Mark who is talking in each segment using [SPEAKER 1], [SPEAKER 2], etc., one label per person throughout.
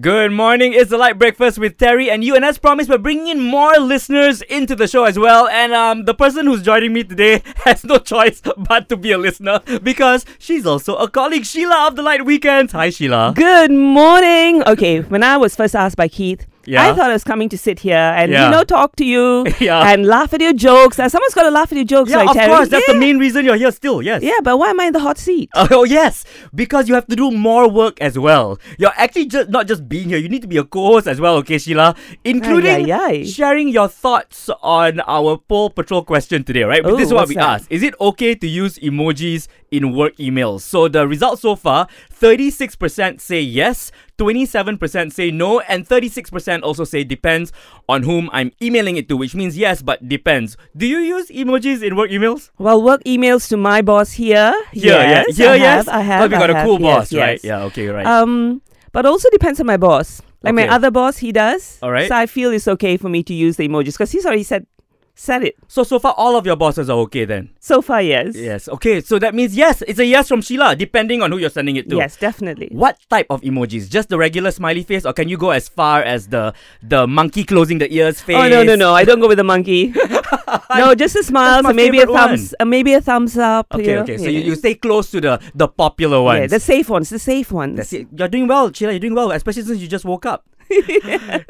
[SPEAKER 1] Good morning. It's the light breakfast with Terry and you. And as promised, we're bringing in more listeners into the show as well. And um, the person who's joining me today has no choice but to be a listener because she's also a colleague, Sheila of the Light Weekends. Hi, Sheila.
[SPEAKER 2] Good morning. Okay, when I was first asked by Keith,
[SPEAKER 1] Yeah.
[SPEAKER 2] I thought I was coming to sit here and
[SPEAKER 1] Yeah.
[SPEAKER 2] you know talk to you
[SPEAKER 1] Yeah.
[SPEAKER 2] and laugh at your jokes. And someone's got to laugh at your jokes,
[SPEAKER 1] yeah,
[SPEAKER 2] right,
[SPEAKER 1] of
[SPEAKER 2] Terry?
[SPEAKER 1] course. That's
[SPEAKER 2] yeah.
[SPEAKER 1] the main reason you're here still. Yes.
[SPEAKER 2] Yeah, but why am I in the hot seat?
[SPEAKER 1] Oh yes, because you have to do more work as well. You're actually just not just being here. You need to be a co-host as well, okay, Sheila, including
[SPEAKER 2] Ay, ay, ay.
[SPEAKER 1] sharing your thoughts on our poll patrol question today, right? But this is
[SPEAKER 2] Ooh,
[SPEAKER 1] what
[SPEAKER 2] what's
[SPEAKER 1] we
[SPEAKER 2] that?
[SPEAKER 1] asked: Is it okay to use emojis in work emails? So the results so far: thirty-six percent say yes, twenty-seven percent say no, and thirty-six percent also say depends on whom I'm emailing it to, which means yes, but depends. Do you use emojis in work emails?
[SPEAKER 2] Well, work emails to my boss here.
[SPEAKER 1] Yeah,
[SPEAKER 2] yes,
[SPEAKER 1] yeah, yeah,
[SPEAKER 2] I
[SPEAKER 1] yes.
[SPEAKER 2] Have, I
[SPEAKER 1] But
[SPEAKER 2] have.
[SPEAKER 1] we got
[SPEAKER 2] a
[SPEAKER 1] a cool boss,
[SPEAKER 2] yes,
[SPEAKER 1] right?
[SPEAKER 2] yes.
[SPEAKER 1] Yeah, okay, right.
[SPEAKER 2] Um, but also depends on my boss. Like
[SPEAKER 1] Okay.
[SPEAKER 2] my other boss, he does.
[SPEAKER 1] All right.
[SPEAKER 2] So I feel it's okay for me to use the emojis because he's already said said it.
[SPEAKER 1] so so far, all of your bosses are okay then.
[SPEAKER 2] So far, yes.
[SPEAKER 1] Yes. Okay. So that means yes. It's a yes from Sheila, depending on who you're sending it to.
[SPEAKER 2] Yes, definitely.
[SPEAKER 1] What type of emojis? Just the regular smiley face, or can you go as far as the the monkey closing the ears face?
[SPEAKER 2] Oh no no no! I don't go with the monkey. no, just a smile.
[SPEAKER 1] That's my
[SPEAKER 2] So maybe a
[SPEAKER 1] favourite
[SPEAKER 2] thumbs, uh, maybe a thumbs up. you
[SPEAKER 1] Okay.
[SPEAKER 2] know?
[SPEAKER 1] Okay. So
[SPEAKER 2] Yeah.
[SPEAKER 1] you, you stay close to the the popular ones.
[SPEAKER 2] yeah, the safe ones, the safe ones.
[SPEAKER 1] That's it. You're doing well, Sheila. You're doing well, especially since you just woke up.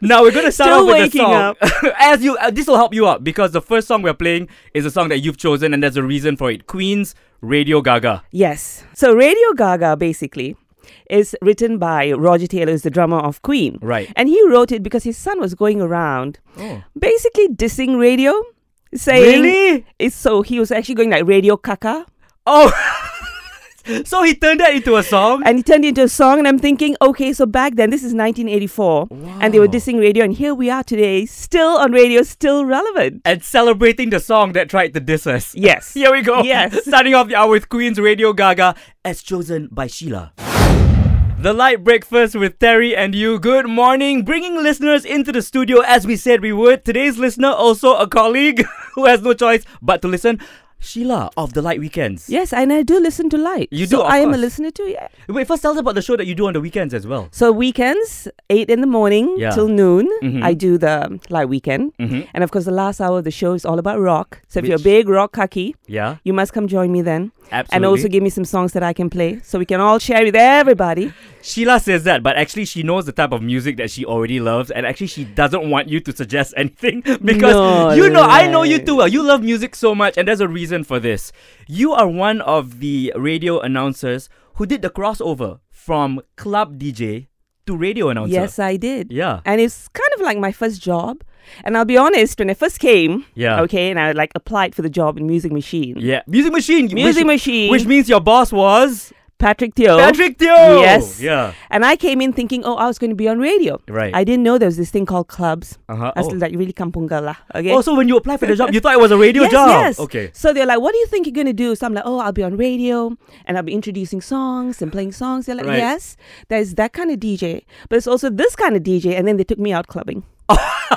[SPEAKER 1] Now we're gonna start off
[SPEAKER 2] Still
[SPEAKER 1] with a
[SPEAKER 2] waking
[SPEAKER 1] song.
[SPEAKER 2] up.
[SPEAKER 1] As you, uh, this will help you out because the first song we're playing is a song that you've chosen, and there's a reason for it. Queen's Radio Gaga.
[SPEAKER 2] Yes. So Radio Gaga basically is written by Roger Taylor, who's the drummer of Queen,
[SPEAKER 1] Right.
[SPEAKER 2] and he wrote it because his son was going around
[SPEAKER 1] Oh.
[SPEAKER 2] basically dissing radio, saying
[SPEAKER 1] Really?
[SPEAKER 2] it's so he was actually going like radio caca,
[SPEAKER 1] Oh. so he turned that into a song.
[SPEAKER 2] and he turned it into a song. And I'm thinking, okay, so back then this is 1984, and they were
[SPEAKER 1] Wow.
[SPEAKER 2] dissing radio, and here we are today, still on radio, still relevant.
[SPEAKER 1] and celebrating the song that tried to diss us.
[SPEAKER 2] Yes.
[SPEAKER 1] Here we go.
[SPEAKER 2] Yes.
[SPEAKER 1] Starting off the hour with Queen's Radio Gaga as chosen by Sheila. The Light Breakfast with Terry and you. Good morning. Bringing listeners into the studio as we said we would. Today's listener, also a colleague who has no choice but to listen. Sheila of The Light Weekends.
[SPEAKER 2] Yes, and I do listen to light.
[SPEAKER 1] You
[SPEAKER 2] so
[SPEAKER 1] do, of
[SPEAKER 2] I am
[SPEAKER 1] course.
[SPEAKER 2] a listener too. Yeah.
[SPEAKER 1] Wait, first tell us about the show that you do on the weekends as well.
[SPEAKER 2] So weekends, eight in the morning
[SPEAKER 1] Yeah.
[SPEAKER 2] till noon,
[SPEAKER 1] Mhm.
[SPEAKER 2] I do the light weekend,
[SPEAKER 1] Mhm.
[SPEAKER 2] and of course the last hour of the show is all about rock. So if you're a
[SPEAKER 1] Which-
[SPEAKER 2] big rock kaki,
[SPEAKER 1] Yeah,
[SPEAKER 2] you must come join me then,
[SPEAKER 1] absolutely.
[SPEAKER 2] and also give me some songs that I can play, so we can all share with everybody.
[SPEAKER 1] Sheila says that, but actually, she knows the type of music that she already loves, and actually, she doesn't want you to suggest anything because
[SPEAKER 2] No,
[SPEAKER 1] you know, I know you
[SPEAKER 2] right.
[SPEAKER 1] too well. You love music so much, and there's a reason for this. You are one of the radio announcers who did the crossover from club DJ to radio announcer.
[SPEAKER 2] Yes, I did.
[SPEAKER 1] Yeah.
[SPEAKER 2] And it's kind of like my first job. And I'll be honest, when I first came,
[SPEAKER 1] Yeah.
[SPEAKER 2] okay, and I like applied for the job in Music Machine.
[SPEAKER 1] Yeah. Music Machine. which-
[SPEAKER 2] Music Machine,
[SPEAKER 1] Which means your boss was
[SPEAKER 2] Patrick Teo.
[SPEAKER 1] Patrick Teo.
[SPEAKER 2] Yes.
[SPEAKER 1] Yeah.
[SPEAKER 2] And I came in thinking, oh, I was going to be on radio.
[SPEAKER 1] Right.
[SPEAKER 2] I didn't know there was this thing called clubs.
[SPEAKER 1] Uh-huh.
[SPEAKER 2] I was
[SPEAKER 1] Oh.
[SPEAKER 2] like really kampunga lah. Okay.
[SPEAKER 1] Also, when you applied for the job, you thought it was a radio
[SPEAKER 2] yes,
[SPEAKER 1] job.
[SPEAKER 2] yes.
[SPEAKER 1] Okay.
[SPEAKER 2] So they're like, what do you think you're going to do? So I'm like, oh, I'll be on radio and I'll be introducing songs and playing songs. They're like,
[SPEAKER 1] Right.
[SPEAKER 2] yes, there's that kind of DJ, but it's also this kind of DJ. And then they took me out clubbing.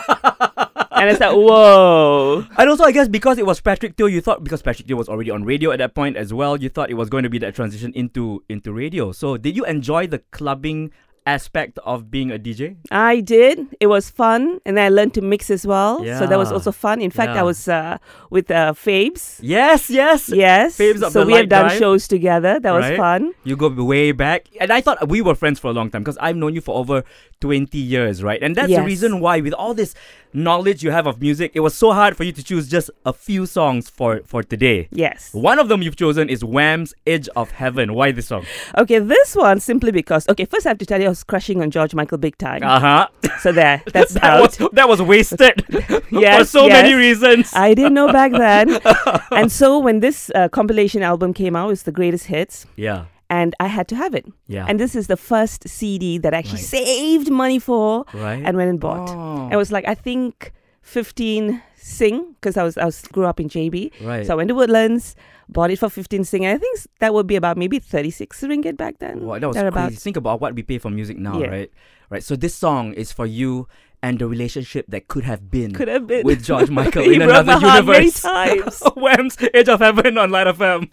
[SPEAKER 2] and it's like, whoa.
[SPEAKER 1] And also, I guess because it was Patrick Teo, you thought because Patrick Teo was already on radio at that point as well, you thought it was going to be that transition into into radio. So, did you enjoy the clubbing aspect of being a DJ?
[SPEAKER 2] I did. It was fun. And then I learned to mix as well. So that was
[SPEAKER 1] Yeah.
[SPEAKER 2] also fun. In fact,
[SPEAKER 1] Yeah.
[SPEAKER 2] I was uh, with uh, Fabes.
[SPEAKER 1] Yes, yes,
[SPEAKER 2] Yes.
[SPEAKER 1] Fabes of
[SPEAKER 2] so
[SPEAKER 1] the
[SPEAKER 2] we have
[SPEAKER 1] Light
[SPEAKER 2] done
[SPEAKER 1] Drive,
[SPEAKER 2] shows together. That was
[SPEAKER 1] right?
[SPEAKER 2] fun.
[SPEAKER 1] You go way back, and I thought we were friends for a long time because I've known you for over twenty years, right? And that's the
[SPEAKER 2] Yes.
[SPEAKER 1] reason why, with all this knowledge you have of music, it was so hard for you to choose just a few songs for for today.
[SPEAKER 2] Yes.
[SPEAKER 1] One of them you've chosen is Wham's "Edge of Heaven." Why this song?
[SPEAKER 2] Okay, this one simply because okay, first I have to tell you I was crushing on George Michael big time.
[SPEAKER 1] Uh huh.
[SPEAKER 2] so there, that's
[SPEAKER 1] that
[SPEAKER 2] out.
[SPEAKER 1] was that was wasted for
[SPEAKER 2] Yes,
[SPEAKER 1] so many
[SPEAKER 2] yes. Uh,
[SPEAKER 1] reasons.
[SPEAKER 2] I didn't know back then. and so when this uh, compilation album came out, it was the greatest hits,
[SPEAKER 1] yeah,
[SPEAKER 2] and I had to have it.
[SPEAKER 1] yeah,
[SPEAKER 2] And this is the first CD that I actually
[SPEAKER 1] Right.
[SPEAKER 2] saved money for
[SPEAKER 1] right.
[SPEAKER 2] and went and bought.
[SPEAKER 1] Oh.
[SPEAKER 2] I was like, I think 15 sing because I was I was grew up in JB.
[SPEAKER 1] right.
[SPEAKER 2] So I went to Woodlands, bought it for 15 sing. And I think s- that would be about maybe 36 ringgit back then.
[SPEAKER 1] wow, that was
[SPEAKER 2] thereabouts.
[SPEAKER 1] crazy. Think about what we pay for music now,
[SPEAKER 2] Yeah.
[SPEAKER 1] right? Right. So this song is for you and the relationship that could have been
[SPEAKER 2] Could have been.
[SPEAKER 1] Mm. with George Michael
[SPEAKER 2] He
[SPEAKER 1] in
[SPEAKER 2] broke my
[SPEAKER 1] another
[SPEAKER 2] heart many
[SPEAKER 1] universe.
[SPEAKER 2] times.
[SPEAKER 1] Wham's "Edge of Heaven" on Light FM.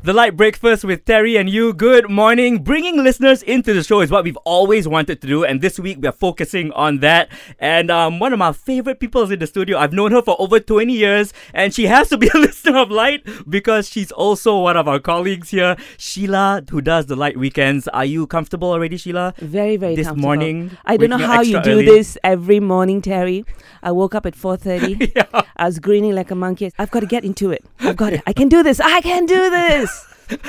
[SPEAKER 1] The Light Breakfast with Terry and you. Good morning. Bringing listeners into the show is what we've always wanted to do, and this week we're focusing on that. And um, one of my favorite people is in the studio. I've known her for over 20 years, and she has to be a listener of Light because she's also one of our colleagues here, Sheila, who does the Light Weekends. Are you comfortable already, Sheila?
[SPEAKER 2] Very, very
[SPEAKER 1] This
[SPEAKER 2] comfortable.
[SPEAKER 1] morning,
[SPEAKER 2] I don't know
[SPEAKER 1] waking up
[SPEAKER 2] how you
[SPEAKER 1] extra
[SPEAKER 2] do
[SPEAKER 1] early.
[SPEAKER 2] this every morning, Terry. I woke up at 4.30.
[SPEAKER 1] Yeah.
[SPEAKER 2] I was grinning like a monkey. I've got to get into it. I've got to. I can do this. I can do this.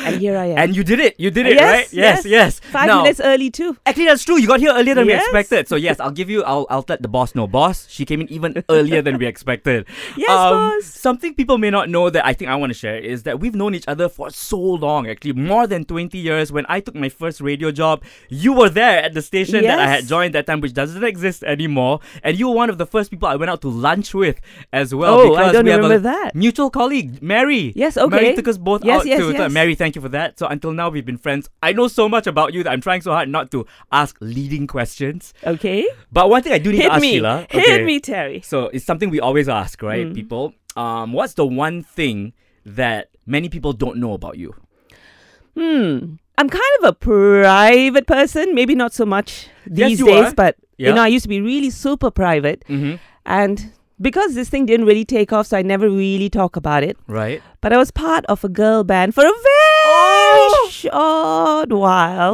[SPEAKER 2] And here I am.
[SPEAKER 1] And you did it. You did it,
[SPEAKER 2] yes,
[SPEAKER 1] right? Yes, yes.
[SPEAKER 2] Five
[SPEAKER 1] Now-
[SPEAKER 2] minutes early too.
[SPEAKER 1] Actually, that's true. You got here earlier than we
[SPEAKER 2] Yes.
[SPEAKER 1] expected. So yes, I'll give you. I'll, I'll let the boss know. Boss, she came in even earlier than we expected. Um,
[SPEAKER 2] Yes, boss.
[SPEAKER 1] Something people may not know that I think I want to share is that we've known each other for so long. Actually, more than twenty years. When I took my first radio job, you were there at the station that I had
[SPEAKER 2] Yes.
[SPEAKER 1] joined that time, which doesn't exist anymore. And you were one of the first people I went out to lunch with as well.
[SPEAKER 2] Oh, I
[SPEAKER 1] because
[SPEAKER 2] don't
[SPEAKER 1] we have a
[SPEAKER 2] remember that.
[SPEAKER 1] Mutual colleague, Mary.
[SPEAKER 2] Yes, okay.
[SPEAKER 1] Mary took us both
[SPEAKER 2] Yes,
[SPEAKER 1] out
[SPEAKER 2] yes,
[SPEAKER 1] to
[SPEAKER 2] yes.
[SPEAKER 1] Mary. Mary, thank you for that. So until now, we've been friends. I know so much about you that I'm trying so hard not to ask leading questions.
[SPEAKER 2] Okay.
[SPEAKER 1] But one thing I do need to
[SPEAKER 2] Hit
[SPEAKER 1] ask
[SPEAKER 2] me.
[SPEAKER 1] Sheila. okay,
[SPEAKER 2] Hit me, Hmm. Terry.
[SPEAKER 1] So it's something we always ask, right, people? Um, what's the one thing that many people don't know about you?
[SPEAKER 2] Hmm. I'm kind of a private person. Maybe not so much
[SPEAKER 1] Yes,
[SPEAKER 2] these
[SPEAKER 1] you
[SPEAKER 2] days,
[SPEAKER 1] are.
[SPEAKER 2] but
[SPEAKER 1] Yeah.
[SPEAKER 2] you know, I used to be really super private.
[SPEAKER 1] Mm-hmm.
[SPEAKER 2] And because this thing didn't really take off, so I never really talk about it.
[SPEAKER 1] Right.
[SPEAKER 2] But I was part of a girl band for a very short while.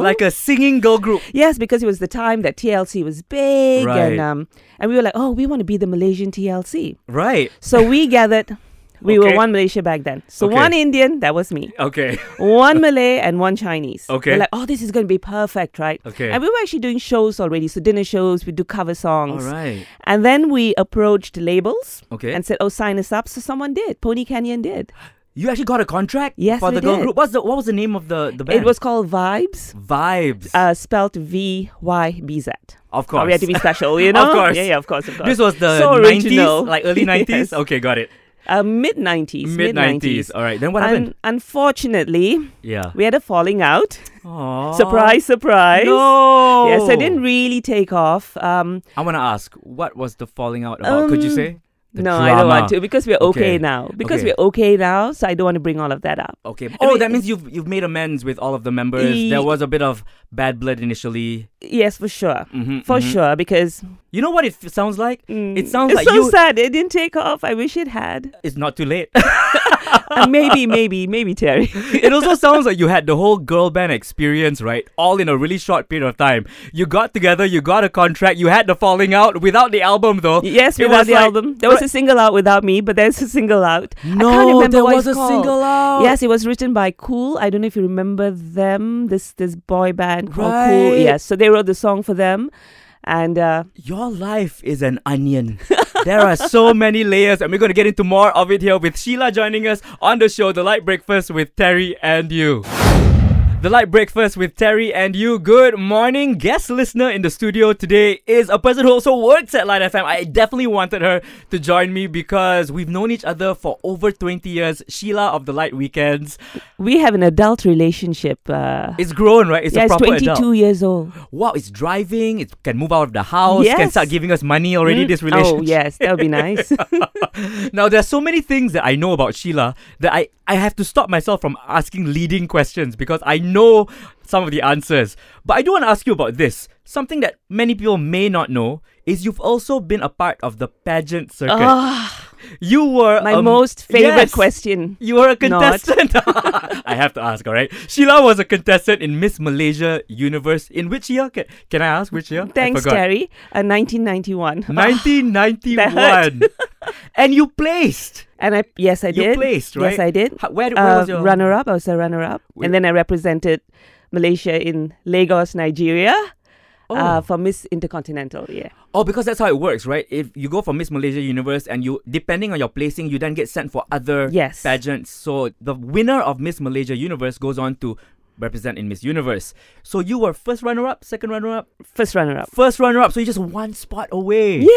[SPEAKER 1] Oh! Like a singing girl group.
[SPEAKER 2] Yes, because it was the time that TLC was big,
[SPEAKER 1] Right.
[SPEAKER 2] and um, and we were like, oh, we want to be the Malaysian TLC.
[SPEAKER 1] Right.
[SPEAKER 2] So we gathered. We
[SPEAKER 1] Okay.
[SPEAKER 2] were one Malaysia back then. So
[SPEAKER 1] Okay.
[SPEAKER 2] one Indian, that was me.
[SPEAKER 1] Okay.
[SPEAKER 2] One Malay and one Chinese.
[SPEAKER 1] Okay.
[SPEAKER 2] We're like, oh, this is going to be perfect, right?
[SPEAKER 1] Okay.
[SPEAKER 2] And we were actually doing shows already. So dinner shows, we do cover
[SPEAKER 1] All
[SPEAKER 2] songs.
[SPEAKER 1] right.
[SPEAKER 2] And then we approached labels
[SPEAKER 1] Okay.
[SPEAKER 2] and said, oh, sign us up. So someone did. Pony Canyon did.
[SPEAKER 1] you actually got a contract
[SPEAKER 2] Yes,
[SPEAKER 1] for the
[SPEAKER 2] we
[SPEAKER 1] girl
[SPEAKER 2] did.
[SPEAKER 1] group. What's the what was the name of the the band?
[SPEAKER 2] It was called Vibes,
[SPEAKER 1] Vibes.
[SPEAKER 2] uh, spelt V Y B Z.
[SPEAKER 1] of
[SPEAKER 2] Oh,
[SPEAKER 1] course.
[SPEAKER 2] we had to be special, you know?
[SPEAKER 1] course.
[SPEAKER 2] Yeah, yeah, of course, of course.
[SPEAKER 1] this was the
[SPEAKER 2] So
[SPEAKER 1] 90s,
[SPEAKER 2] original.
[SPEAKER 1] like early 90s.
[SPEAKER 2] Yes.
[SPEAKER 1] Okay, got it.
[SPEAKER 2] Uh, mid 90s.
[SPEAKER 1] Mid 90s. All right. Then what happened?
[SPEAKER 2] Un- unfortunately,
[SPEAKER 1] Yeah.
[SPEAKER 2] we had a falling out.
[SPEAKER 1] Aww.
[SPEAKER 2] Surprise, surprise.
[SPEAKER 1] Oh. No.
[SPEAKER 2] Yes, so it didn't really take off. Um,
[SPEAKER 1] I want to ask, what was the falling out about? Could you
[SPEAKER 2] Um,
[SPEAKER 1] say? The
[SPEAKER 2] no, I don't
[SPEAKER 1] drama.
[SPEAKER 2] want to because we're
[SPEAKER 1] Okay.
[SPEAKER 2] okay, now. Because
[SPEAKER 1] Okay.
[SPEAKER 2] we're okay now, so I don't want to bring all of that up.
[SPEAKER 1] Okay. Oh,
[SPEAKER 2] we-
[SPEAKER 1] that means you've you've made amends with all of the members. there
[SPEAKER 2] Ye-
[SPEAKER 1] was a bit of bad blood initially.
[SPEAKER 2] Yes, for sure.
[SPEAKER 1] Mhm,
[SPEAKER 2] For
[SPEAKER 1] mhm.
[SPEAKER 2] sure, because
[SPEAKER 1] You know what it f- sounds like?
[SPEAKER 2] mm,
[SPEAKER 1] It sounds
[SPEAKER 2] it's
[SPEAKER 1] like
[SPEAKER 2] so
[SPEAKER 1] you-
[SPEAKER 2] sad. It didn't take off. I wish it had.
[SPEAKER 1] It's not too late.
[SPEAKER 2] Uh, maybe, maybe, maybe Terry.
[SPEAKER 1] it also sounds like you had the whole girl band experience, right? All in a really short period of time. You got together, you got a contract, you had the falling out without the album though.
[SPEAKER 2] Yes,
[SPEAKER 1] It
[SPEAKER 2] without
[SPEAKER 1] was
[SPEAKER 2] the
[SPEAKER 1] like-
[SPEAKER 2] album. There was a single out without me, but there's a single out.
[SPEAKER 1] No,
[SPEAKER 2] I can't remember
[SPEAKER 1] there
[SPEAKER 2] what
[SPEAKER 1] was
[SPEAKER 2] it's
[SPEAKER 1] a
[SPEAKER 2] called.
[SPEAKER 1] single out.
[SPEAKER 2] Yes, it was written by Cool. I don't know if you remember them. This this boy band called Cool.
[SPEAKER 1] Right.
[SPEAKER 2] Yes, so they wrote the song for them, and uh,
[SPEAKER 1] Your life is an onion. there are so many layers, and we're going to get into more of it here with Sheila joining us on the show, The Light Breakfast with Terry and you. The Light Breakfast with Terry and you. Good morning. Guest listener in the studio today is a person who also works at Light FM. I definitely wanted her to join me because we've known each other for over 20 years. Sheila of the Light Weekends.
[SPEAKER 2] we have an adult relationship. Uh,
[SPEAKER 1] It's grown, right? It's a
[SPEAKER 2] yeah, it's
[SPEAKER 1] proper
[SPEAKER 2] 22
[SPEAKER 1] adult.
[SPEAKER 2] years old.
[SPEAKER 1] Wow, it's driving. It can move out of the house. Can
[SPEAKER 2] Yes.
[SPEAKER 1] start giving us money already,
[SPEAKER 2] Mm.
[SPEAKER 1] this relationship.
[SPEAKER 2] Oh yes, that would be nice.
[SPEAKER 1] Now there's so many things that I know about Sheila that I, I have to stop myself from asking leading questions because I know some of the answers. But I do want to ask you about this. Something that many people may not know is you've also been a part of the pageant circuit.
[SPEAKER 2] Ah,
[SPEAKER 1] you were
[SPEAKER 2] my
[SPEAKER 1] um,
[SPEAKER 2] most favorite
[SPEAKER 1] yes.
[SPEAKER 2] question.
[SPEAKER 1] You were a
[SPEAKER 2] Not.
[SPEAKER 1] contestant. I have to ask, all right? Sheila was a contestant in Miss Malaysia Universe. In which year? Can, can I ask which year? I
[SPEAKER 2] Thanks,
[SPEAKER 1] forgot.
[SPEAKER 2] Terry. Uh, 1991.
[SPEAKER 1] 1991. and you placed.
[SPEAKER 2] And I yes, I
[SPEAKER 1] You
[SPEAKER 2] did.
[SPEAKER 1] placed,
[SPEAKER 2] Yes,
[SPEAKER 1] right?
[SPEAKER 2] I did.
[SPEAKER 1] How- where where
[SPEAKER 2] uh,
[SPEAKER 1] was your
[SPEAKER 2] runner up. I was a runner up,
[SPEAKER 1] Wait.
[SPEAKER 2] and then I represented Malaysia in Lagos, Nigeria,
[SPEAKER 1] Oh.
[SPEAKER 2] uh, for Miss Intercontinental. Yeah,
[SPEAKER 1] oh, because that's how it works, right? If you go for Miss Malaysia Universe and you, depending on your placing, you then get sent for other
[SPEAKER 2] Yes.
[SPEAKER 1] pageants. So the winner of Miss Malaysia Universe goes on to represent in Miss Universe. So you were first runner up, second runner up,
[SPEAKER 2] first runner up.
[SPEAKER 1] first runner up. So you're just one spot away.
[SPEAKER 2] Yeah.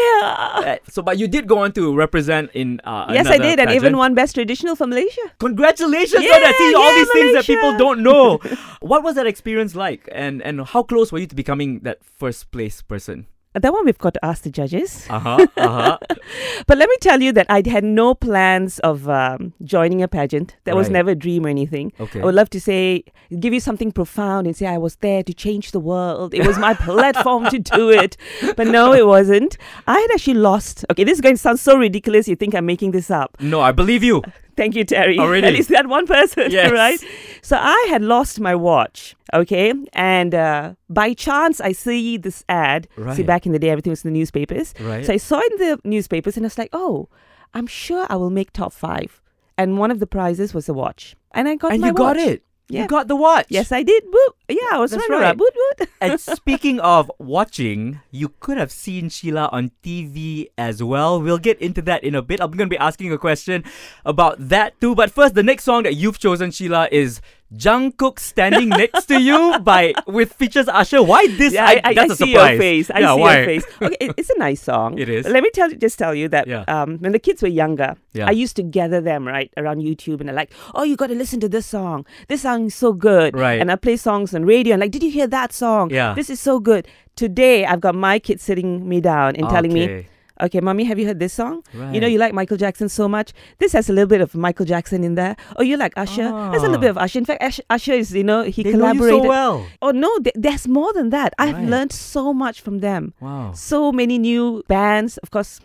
[SPEAKER 1] Uh, So, but you did go on to represent in. Uh,
[SPEAKER 2] Yes, I
[SPEAKER 1] another
[SPEAKER 2] did, and even
[SPEAKER 1] pageant.
[SPEAKER 2] won Best Traditional for Malaysia.
[SPEAKER 1] Congratulations on
[SPEAKER 2] Yeah,
[SPEAKER 1] that! See all
[SPEAKER 2] yeah,
[SPEAKER 1] these things that people
[SPEAKER 2] Malaysia.
[SPEAKER 1] don't know. what was that experience like, and and how close were you to becoming that first place person?
[SPEAKER 2] Uh, That one we've got to ask the judges.
[SPEAKER 1] Uh huh. Uh huh.
[SPEAKER 2] But let me tell you that I had no plans of um, joining a pageant. That was
[SPEAKER 1] Right.
[SPEAKER 2] never a dream or anything.
[SPEAKER 1] Okay.
[SPEAKER 2] I would love to say, give you something profound and say I was there to change the world. It was my platform to do it. But no, it wasn't. I had actually lost. Okay, this is going to sound so ridiculous. You think I'm making this up.
[SPEAKER 1] No, I believe you.
[SPEAKER 2] Thank you, Terry.
[SPEAKER 1] Already.
[SPEAKER 2] At least that one
[SPEAKER 1] Oh,
[SPEAKER 2] person,
[SPEAKER 1] Yes.
[SPEAKER 2] right? So I had lost my watch, okay? And uh, by chance, I see this ad.
[SPEAKER 1] Right.
[SPEAKER 2] See, back in the day, everything was in the newspapers.
[SPEAKER 1] Right.
[SPEAKER 2] So I saw it in the newspapers and I was like, oh, I'm sure I will make top five. And one of the prizes was a watch. And I got
[SPEAKER 1] and
[SPEAKER 2] my
[SPEAKER 1] you got it.
[SPEAKER 2] watch.
[SPEAKER 1] You
[SPEAKER 2] Yeah.
[SPEAKER 1] got the watch.
[SPEAKER 2] Yes, I did. Woo. Yeah, I was
[SPEAKER 1] That's
[SPEAKER 2] runner-up.
[SPEAKER 1] right.
[SPEAKER 2] Woot, woot.
[SPEAKER 1] and speaking of watching, you could have seen Sheila on TV as well. We'll get into that in a bit. I'm going to be asking a question about that too. But first, the next song that you've chosen, Sheila, is Jungkook Standing Next to You by with features Usher. Why this?
[SPEAKER 2] Yeah,
[SPEAKER 1] I,
[SPEAKER 2] I, I,
[SPEAKER 1] that's
[SPEAKER 2] I
[SPEAKER 1] a
[SPEAKER 2] see
[SPEAKER 1] surprise.
[SPEAKER 2] your face. I
[SPEAKER 1] yeah,
[SPEAKER 2] see
[SPEAKER 1] why?
[SPEAKER 2] your face. Okay, it, it's a nice song.
[SPEAKER 1] It is.
[SPEAKER 2] Let me tell you, just tell you that
[SPEAKER 1] Yeah.
[SPEAKER 2] um, when the kids were younger,
[SPEAKER 1] Yeah.
[SPEAKER 2] I used to gather them right around YouTube and I like, oh, you got to listen to this song. This song is so good.
[SPEAKER 1] Right.
[SPEAKER 2] And I play songs on radio and like, did you hear that song?
[SPEAKER 1] Yeah.
[SPEAKER 2] This is so good. Today, I've got my kids sitting me down and telling me,
[SPEAKER 1] Okay.
[SPEAKER 2] okay, mommy, have you heard this song? You know,
[SPEAKER 1] Right.
[SPEAKER 2] you like Michael Jackson so much. This has a little bit of Michael Jackson in there. Oh, you like Usher? There's a little
[SPEAKER 1] Ah.
[SPEAKER 2] bit of Usher. In fact, Ash- Usher is, you know, he
[SPEAKER 1] They know you
[SPEAKER 2] collaborated.
[SPEAKER 1] so well.
[SPEAKER 2] Oh no, th- there's more than that. I've
[SPEAKER 1] Right.
[SPEAKER 2] learned so much from them.
[SPEAKER 1] Wow.
[SPEAKER 2] So many new bands. Of course,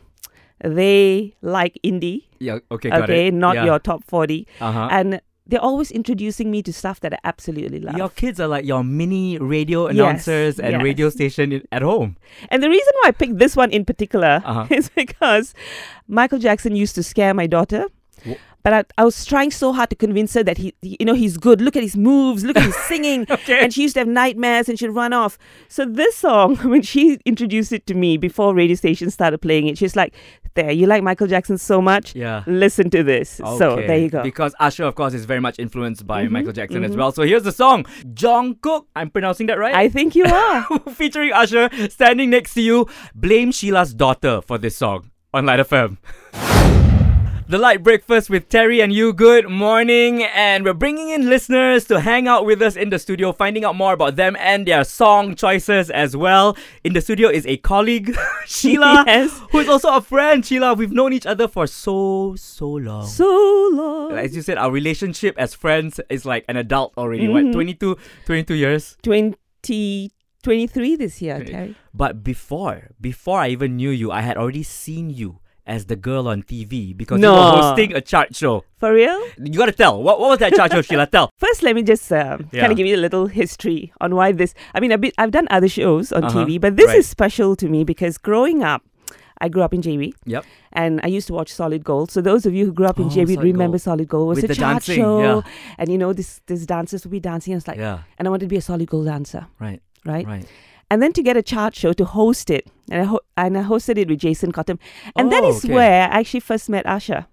[SPEAKER 2] they like indie.
[SPEAKER 1] Yeah. Okay. Got
[SPEAKER 2] okay,
[SPEAKER 1] it.
[SPEAKER 2] not
[SPEAKER 1] yeah.
[SPEAKER 2] your top 40
[SPEAKER 1] Uh-huh.
[SPEAKER 2] And they're always introducing me to stuff that I absolutely love.
[SPEAKER 1] Your kids are like your mini radio
[SPEAKER 2] Yes,
[SPEAKER 1] announcers and
[SPEAKER 2] yes.
[SPEAKER 1] radio station in, at home.
[SPEAKER 2] And the reason why I picked this one in particular
[SPEAKER 1] Uh-huh.
[SPEAKER 2] is because Michael Jackson used to scare my daughter.
[SPEAKER 1] Wha-
[SPEAKER 2] But I, I was trying so hard to convince her that he, he- you know, he's good. Look at his moves. Look at his singing.
[SPEAKER 1] Okay.
[SPEAKER 2] And she used to have nightmares and she'd run off. So this song, when she introduced it to me before radio stations started playing it, she's like, "There, you like Michael Jackson so much.
[SPEAKER 1] Yeah.
[SPEAKER 2] Listen to this." So there
[SPEAKER 1] Okay,
[SPEAKER 2] you go. Mm-hmm.
[SPEAKER 1] Because Usher, of course, is very much influenced by Michael Jackson as well. So here's the song, Jungkook. I'm pronouncing that right?
[SPEAKER 2] I think you are.
[SPEAKER 1] Featuring Usher standing next to you. Blame Sheila's daughter for this song on Light FM. The Light Breakfast with Terry and you. Good morning. And we're bringing in listeners to hang out with us in the studio, finding out more about them and their song choices as well. In the studio is a colleague, Sheila,
[SPEAKER 2] Yes.
[SPEAKER 1] who is also a friend. Sheila, we've known each other for so, so long
[SPEAKER 2] so long.
[SPEAKER 1] as you said, our relationship as friends is like an adult already, what,
[SPEAKER 2] Mm-hmm.
[SPEAKER 1] 22, 22 years?
[SPEAKER 2] 20, 23 this year, Terry.
[SPEAKER 1] But before, before I even knew you, I had already seen you as the girl on TV because you
[SPEAKER 2] No.
[SPEAKER 1] were hosting a chart show.
[SPEAKER 2] For real?
[SPEAKER 1] You gotta tell. What, what was that chart show, Sheila? Tell.
[SPEAKER 2] First, let me just um,
[SPEAKER 1] Yeah.
[SPEAKER 2] kind of give you a little history on why this. I mean, a bit, I've done other shows on
[SPEAKER 1] Uh-huh.
[SPEAKER 2] TV, but this
[SPEAKER 1] Right.
[SPEAKER 2] is special to me because growing up, I grew up in JB
[SPEAKER 1] Yep.
[SPEAKER 2] and I used to watch Solid Gold. So those of you who grew up in
[SPEAKER 1] Oh,
[SPEAKER 2] JB
[SPEAKER 1] Solid
[SPEAKER 2] remember
[SPEAKER 1] Gold.
[SPEAKER 2] Solid Gold was
[SPEAKER 1] With
[SPEAKER 2] a
[SPEAKER 1] the
[SPEAKER 2] chart
[SPEAKER 1] dancing,
[SPEAKER 2] show,
[SPEAKER 1] yeah.
[SPEAKER 2] and you know, this this dancers would be dancing. And it's like,
[SPEAKER 1] Yeah.
[SPEAKER 2] and I wanted to be a Solid Gold dancer,
[SPEAKER 1] Right.
[SPEAKER 2] right?
[SPEAKER 1] Right.
[SPEAKER 2] And then to get a chart show to host it, and I ho- and I hosted it with Jason Cotton, and that
[SPEAKER 1] Oh,
[SPEAKER 2] is
[SPEAKER 1] okay.
[SPEAKER 2] where I actually first met Asha.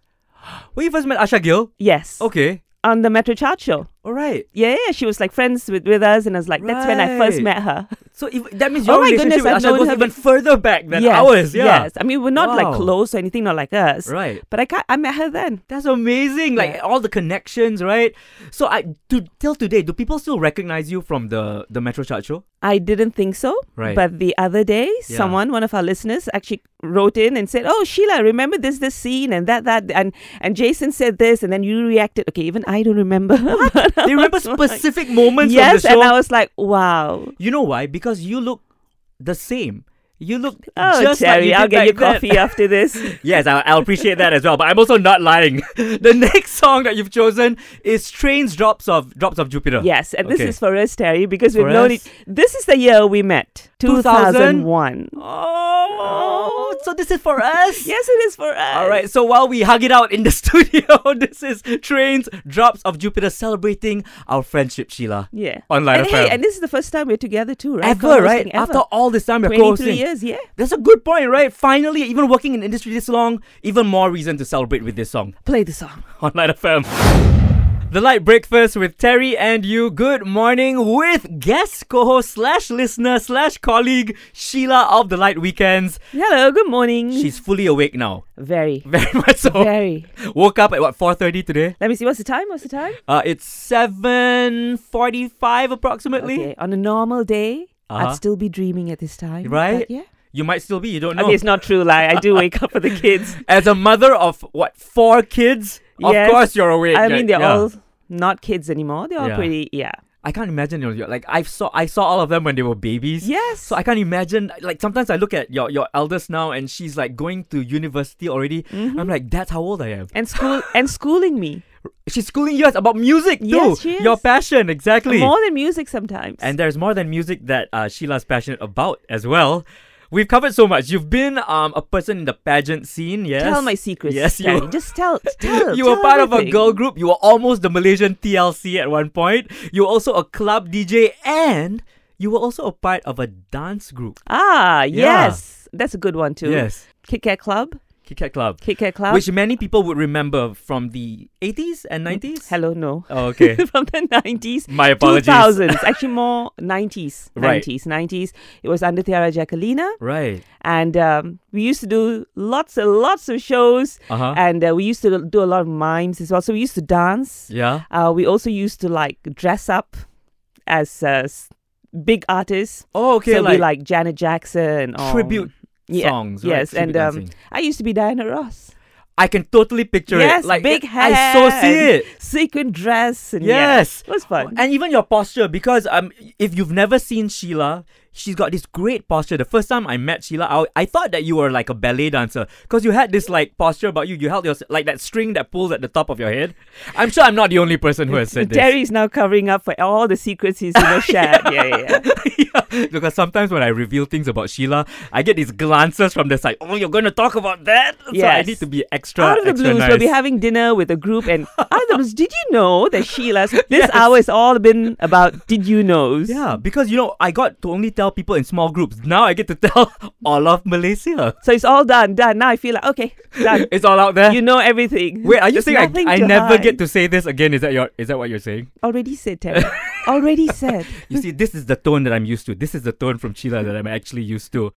[SPEAKER 1] When you first met Asha Gill,
[SPEAKER 2] Yes,
[SPEAKER 1] okay.
[SPEAKER 2] on the Metro Chart Show.
[SPEAKER 1] All right.
[SPEAKER 2] Yeah, yeah, she was like friends with, with us, and I was like, that's when I first
[SPEAKER 1] Right.
[SPEAKER 2] met her.
[SPEAKER 1] So if, that means
[SPEAKER 2] Oh
[SPEAKER 1] your
[SPEAKER 2] my
[SPEAKER 1] relationship
[SPEAKER 2] goodness, I've
[SPEAKER 1] with Asha
[SPEAKER 2] known
[SPEAKER 1] goes
[SPEAKER 2] her
[SPEAKER 1] even
[SPEAKER 2] be-
[SPEAKER 1] further back than ours. Yeah.
[SPEAKER 2] Yes. I mean, we're not
[SPEAKER 1] Wow.
[SPEAKER 2] like close or anything, not like us.
[SPEAKER 1] Right.
[SPEAKER 2] But I can't, I met her then.
[SPEAKER 1] That's amazing. Like
[SPEAKER 2] Yeah.
[SPEAKER 1] all the connections, right? So I to till today, do people still recognize you from the the Metro Chart Show?
[SPEAKER 2] I didn't think so.
[SPEAKER 1] Right.
[SPEAKER 2] But the other day,
[SPEAKER 1] Yeah.
[SPEAKER 2] someone, one of our listeners, actually wrote in and said, "Oh, Sheila, remember this this scene and that that and and Jason said this, and then you reacted. Okay, even I don't remember. But I
[SPEAKER 1] They remember
[SPEAKER 2] was like-
[SPEAKER 1] specific moments
[SPEAKER 2] yes,
[SPEAKER 1] of the show.
[SPEAKER 2] and I was like, wow.
[SPEAKER 1] you know why? Because you look the same. You look
[SPEAKER 2] Oh,
[SPEAKER 1] just like
[SPEAKER 2] Terry,
[SPEAKER 1] you
[SPEAKER 2] I'll
[SPEAKER 1] did
[SPEAKER 2] get
[SPEAKER 1] back
[SPEAKER 2] you
[SPEAKER 1] then.
[SPEAKER 2] coffee after this.
[SPEAKER 1] Yes, I, I appreciate that as well. But I'm also not lying. the next song that you've chosen is "Trains Drops of Drops of Jupiter."
[SPEAKER 2] Yes, and
[SPEAKER 1] Okay.
[SPEAKER 2] this is for us, Terry, because we've
[SPEAKER 1] For
[SPEAKER 2] known
[SPEAKER 1] us?
[SPEAKER 2] it. This is the year we met,
[SPEAKER 1] 2000?
[SPEAKER 2] 2001.
[SPEAKER 1] Oh, so this is for us.
[SPEAKER 2] Yes, it is for us.
[SPEAKER 1] All right, so while we hug it out in the studio, this is Trains Drops of Jupiter celebrating our friendship, Sheila.
[SPEAKER 2] Yeah.
[SPEAKER 1] On Light
[SPEAKER 2] and hey,
[SPEAKER 1] FM.
[SPEAKER 2] and this is the first time we're together too, right?
[SPEAKER 1] Ever,
[SPEAKER 2] Co-hosting
[SPEAKER 1] right?
[SPEAKER 2] Ever.
[SPEAKER 1] After all this time, we're
[SPEAKER 2] 23
[SPEAKER 1] co-hosting.
[SPEAKER 2] years, yeah.
[SPEAKER 1] That's a good point, right? Finally, even working in industry this long, even more reason to celebrate with this song
[SPEAKER 2] Play the song.
[SPEAKER 1] on Light FM. The Light Breakfast with Terry and you. Good morning with guest co-host slash listener slash colleague Sheila of the Light Weekends.
[SPEAKER 2] Hello, good morning.
[SPEAKER 1] She's Oh. fully awake now,
[SPEAKER 2] very,
[SPEAKER 1] very much so.
[SPEAKER 2] very.
[SPEAKER 1] Woke up at what 4:30 today.
[SPEAKER 2] Let me see. What's the time? What's the time?
[SPEAKER 1] Uh, it's 7:45 approximately.
[SPEAKER 2] Okay. On a normal day,
[SPEAKER 1] Uh-huh.
[SPEAKER 2] I'd still be dreaming at this time.
[SPEAKER 1] Right?
[SPEAKER 2] But yeah.
[SPEAKER 1] You might still be. You don't know.
[SPEAKER 2] Okay, it's not true. Like I do wake up for the kids.
[SPEAKER 1] As a mother of what four kids,
[SPEAKER 2] Yes.
[SPEAKER 1] of course you're awake.
[SPEAKER 2] I
[SPEAKER 1] Yeah,
[SPEAKER 2] mean, they're
[SPEAKER 1] yeah.
[SPEAKER 2] all not kids anymore. They're all
[SPEAKER 1] Yeah.
[SPEAKER 2] pretty. Yeah.
[SPEAKER 1] I can't imagine your, your like I saw I saw all of them when they were babies.
[SPEAKER 2] Yes.
[SPEAKER 1] So I can't imagine. Like sometimes I look at your your eldest now, and she's like going to university already.
[SPEAKER 2] Mm-hmm.
[SPEAKER 1] I'm like, that's how old I am.
[SPEAKER 2] and school and schooling me
[SPEAKER 1] She's schooling you about music too.
[SPEAKER 2] Yes, she
[SPEAKER 1] Your
[SPEAKER 2] is.
[SPEAKER 1] passion, exactly.
[SPEAKER 2] more than music sometimes.
[SPEAKER 1] And there's more than music that uh, Sheila's passionate about as well. We've covered so much. You've been um, a person in the pageant scene, yes.
[SPEAKER 2] tell my secrets.
[SPEAKER 1] Yes, you-
[SPEAKER 2] Danny. just tell. Tell.
[SPEAKER 1] You
[SPEAKER 2] tell
[SPEAKER 1] were part of a
[SPEAKER 2] everything.
[SPEAKER 1] girl group. You were almost the Malaysian TLC at one point. You were also a club DJ, and you were also a part of a dance group.
[SPEAKER 2] Ah,
[SPEAKER 1] Yeah.
[SPEAKER 2] yes, that's a good one too.
[SPEAKER 1] Yes,
[SPEAKER 2] Kit Kat Club.
[SPEAKER 1] Kit Kat Club,
[SPEAKER 2] Kit Kat Club.
[SPEAKER 1] which many people would remember from the 80s
[SPEAKER 2] Mm,
[SPEAKER 1] and 90s.
[SPEAKER 2] Hello, no.
[SPEAKER 1] Oh, okay.
[SPEAKER 2] From the nineties.
[SPEAKER 1] My
[SPEAKER 2] Two
[SPEAKER 1] apologies.
[SPEAKER 2] thousands, actually more nineties,
[SPEAKER 1] Right.
[SPEAKER 2] nineties, nineties. It was under Tiara Jacquelina,
[SPEAKER 1] Right.
[SPEAKER 2] and um, we used to do lots and lots of shows,
[SPEAKER 1] Uh huh.
[SPEAKER 2] and uh, we used to do a lot of mimes as well. So we used to dance.
[SPEAKER 1] Yeah.
[SPEAKER 2] Uh, we also used to like dress up as uh, s- big artists.
[SPEAKER 1] Oh, okay.
[SPEAKER 2] so we
[SPEAKER 1] like, um,
[SPEAKER 2] like Janet Jackson or
[SPEAKER 1] tribute
[SPEAKER 2] yeah,
[SPEAKER 1] songs. right?
[SPEAKER 2] Yes,
[SPEAKER 1] Tribute
[SPEAKER 2] and um,
[SPEAKER 1] dancing.
[SPEAKER 2] I used to be Diana Ross.
[SPEAKER 1] I can totally picture
[SPEAKER 2] yes,
[SPEAKER 1] it. Like
[SPEAKER 2] big hair.
[SPEAKER 1] I so see it.
[SPEAKER 2] Sequin dress. And
[SPEAKER 1] Yes. Oh,
[SPEAKER 2] yeah, it was fun.
[SPEAKER 1] Uh, And even your posture, because um, if you've never seen Sheila, she's got this great posture. The first time I met Sheila, I, I thought that you were like a ballet dancer because you had this like posture about you. You held your like that string that pulls at the top of your head. I'm sure I'm not the only person who has said this.
[SPEAKER 2] Terry is now covering up for all the secrets he's you know, shared. yeah, yeah, yeah.
[SPEAKER 1] yeah, because sometimes when I reveal things about Sheila, I get these glances from the side. Oh, you're going to talk about that? So I
[SPEAKER 2] Yes.
[SPEAKER 1] need to be extra.
[SPEAKER 2] Out of the
[SPEAKER 1] extra
[SPEAKER 2] blues,
[SPEAKER 1] nice.
[SPEAKER 2] we'll be having dinner with a group, and out of the blues, did you know that Sheila's this hour has all been about did you knows?
[SPEAKER 1] Yeah, because you know, I got to only tell people in small groups. Now I get to tell all of Malaysia.
[SPEAKER 2] So it's all done, done. Now I feel like okay, done.
[SPEAKER 1] It's all out there.
[SPEAKER 2] you know everything.
[SPEAKER 1] Wait, are you
[SPEAKER 2] There's
[SPEAKER 1] saying I,
[SPEAKER 2] nothing
[SPEAKER 1] I
[SPEAKER 2] to
[SPEAKER 1] never
[SPEAKER 2] hide.
[SPEAKER 1] get to say this again? Is that your is that what you're saying?
[SPEAKER 2] Already said, Terry. Already said.
[SPEAKER 1] You see, this is the tone that I'm used to. This is the tone from Sheila that I'm actually used to.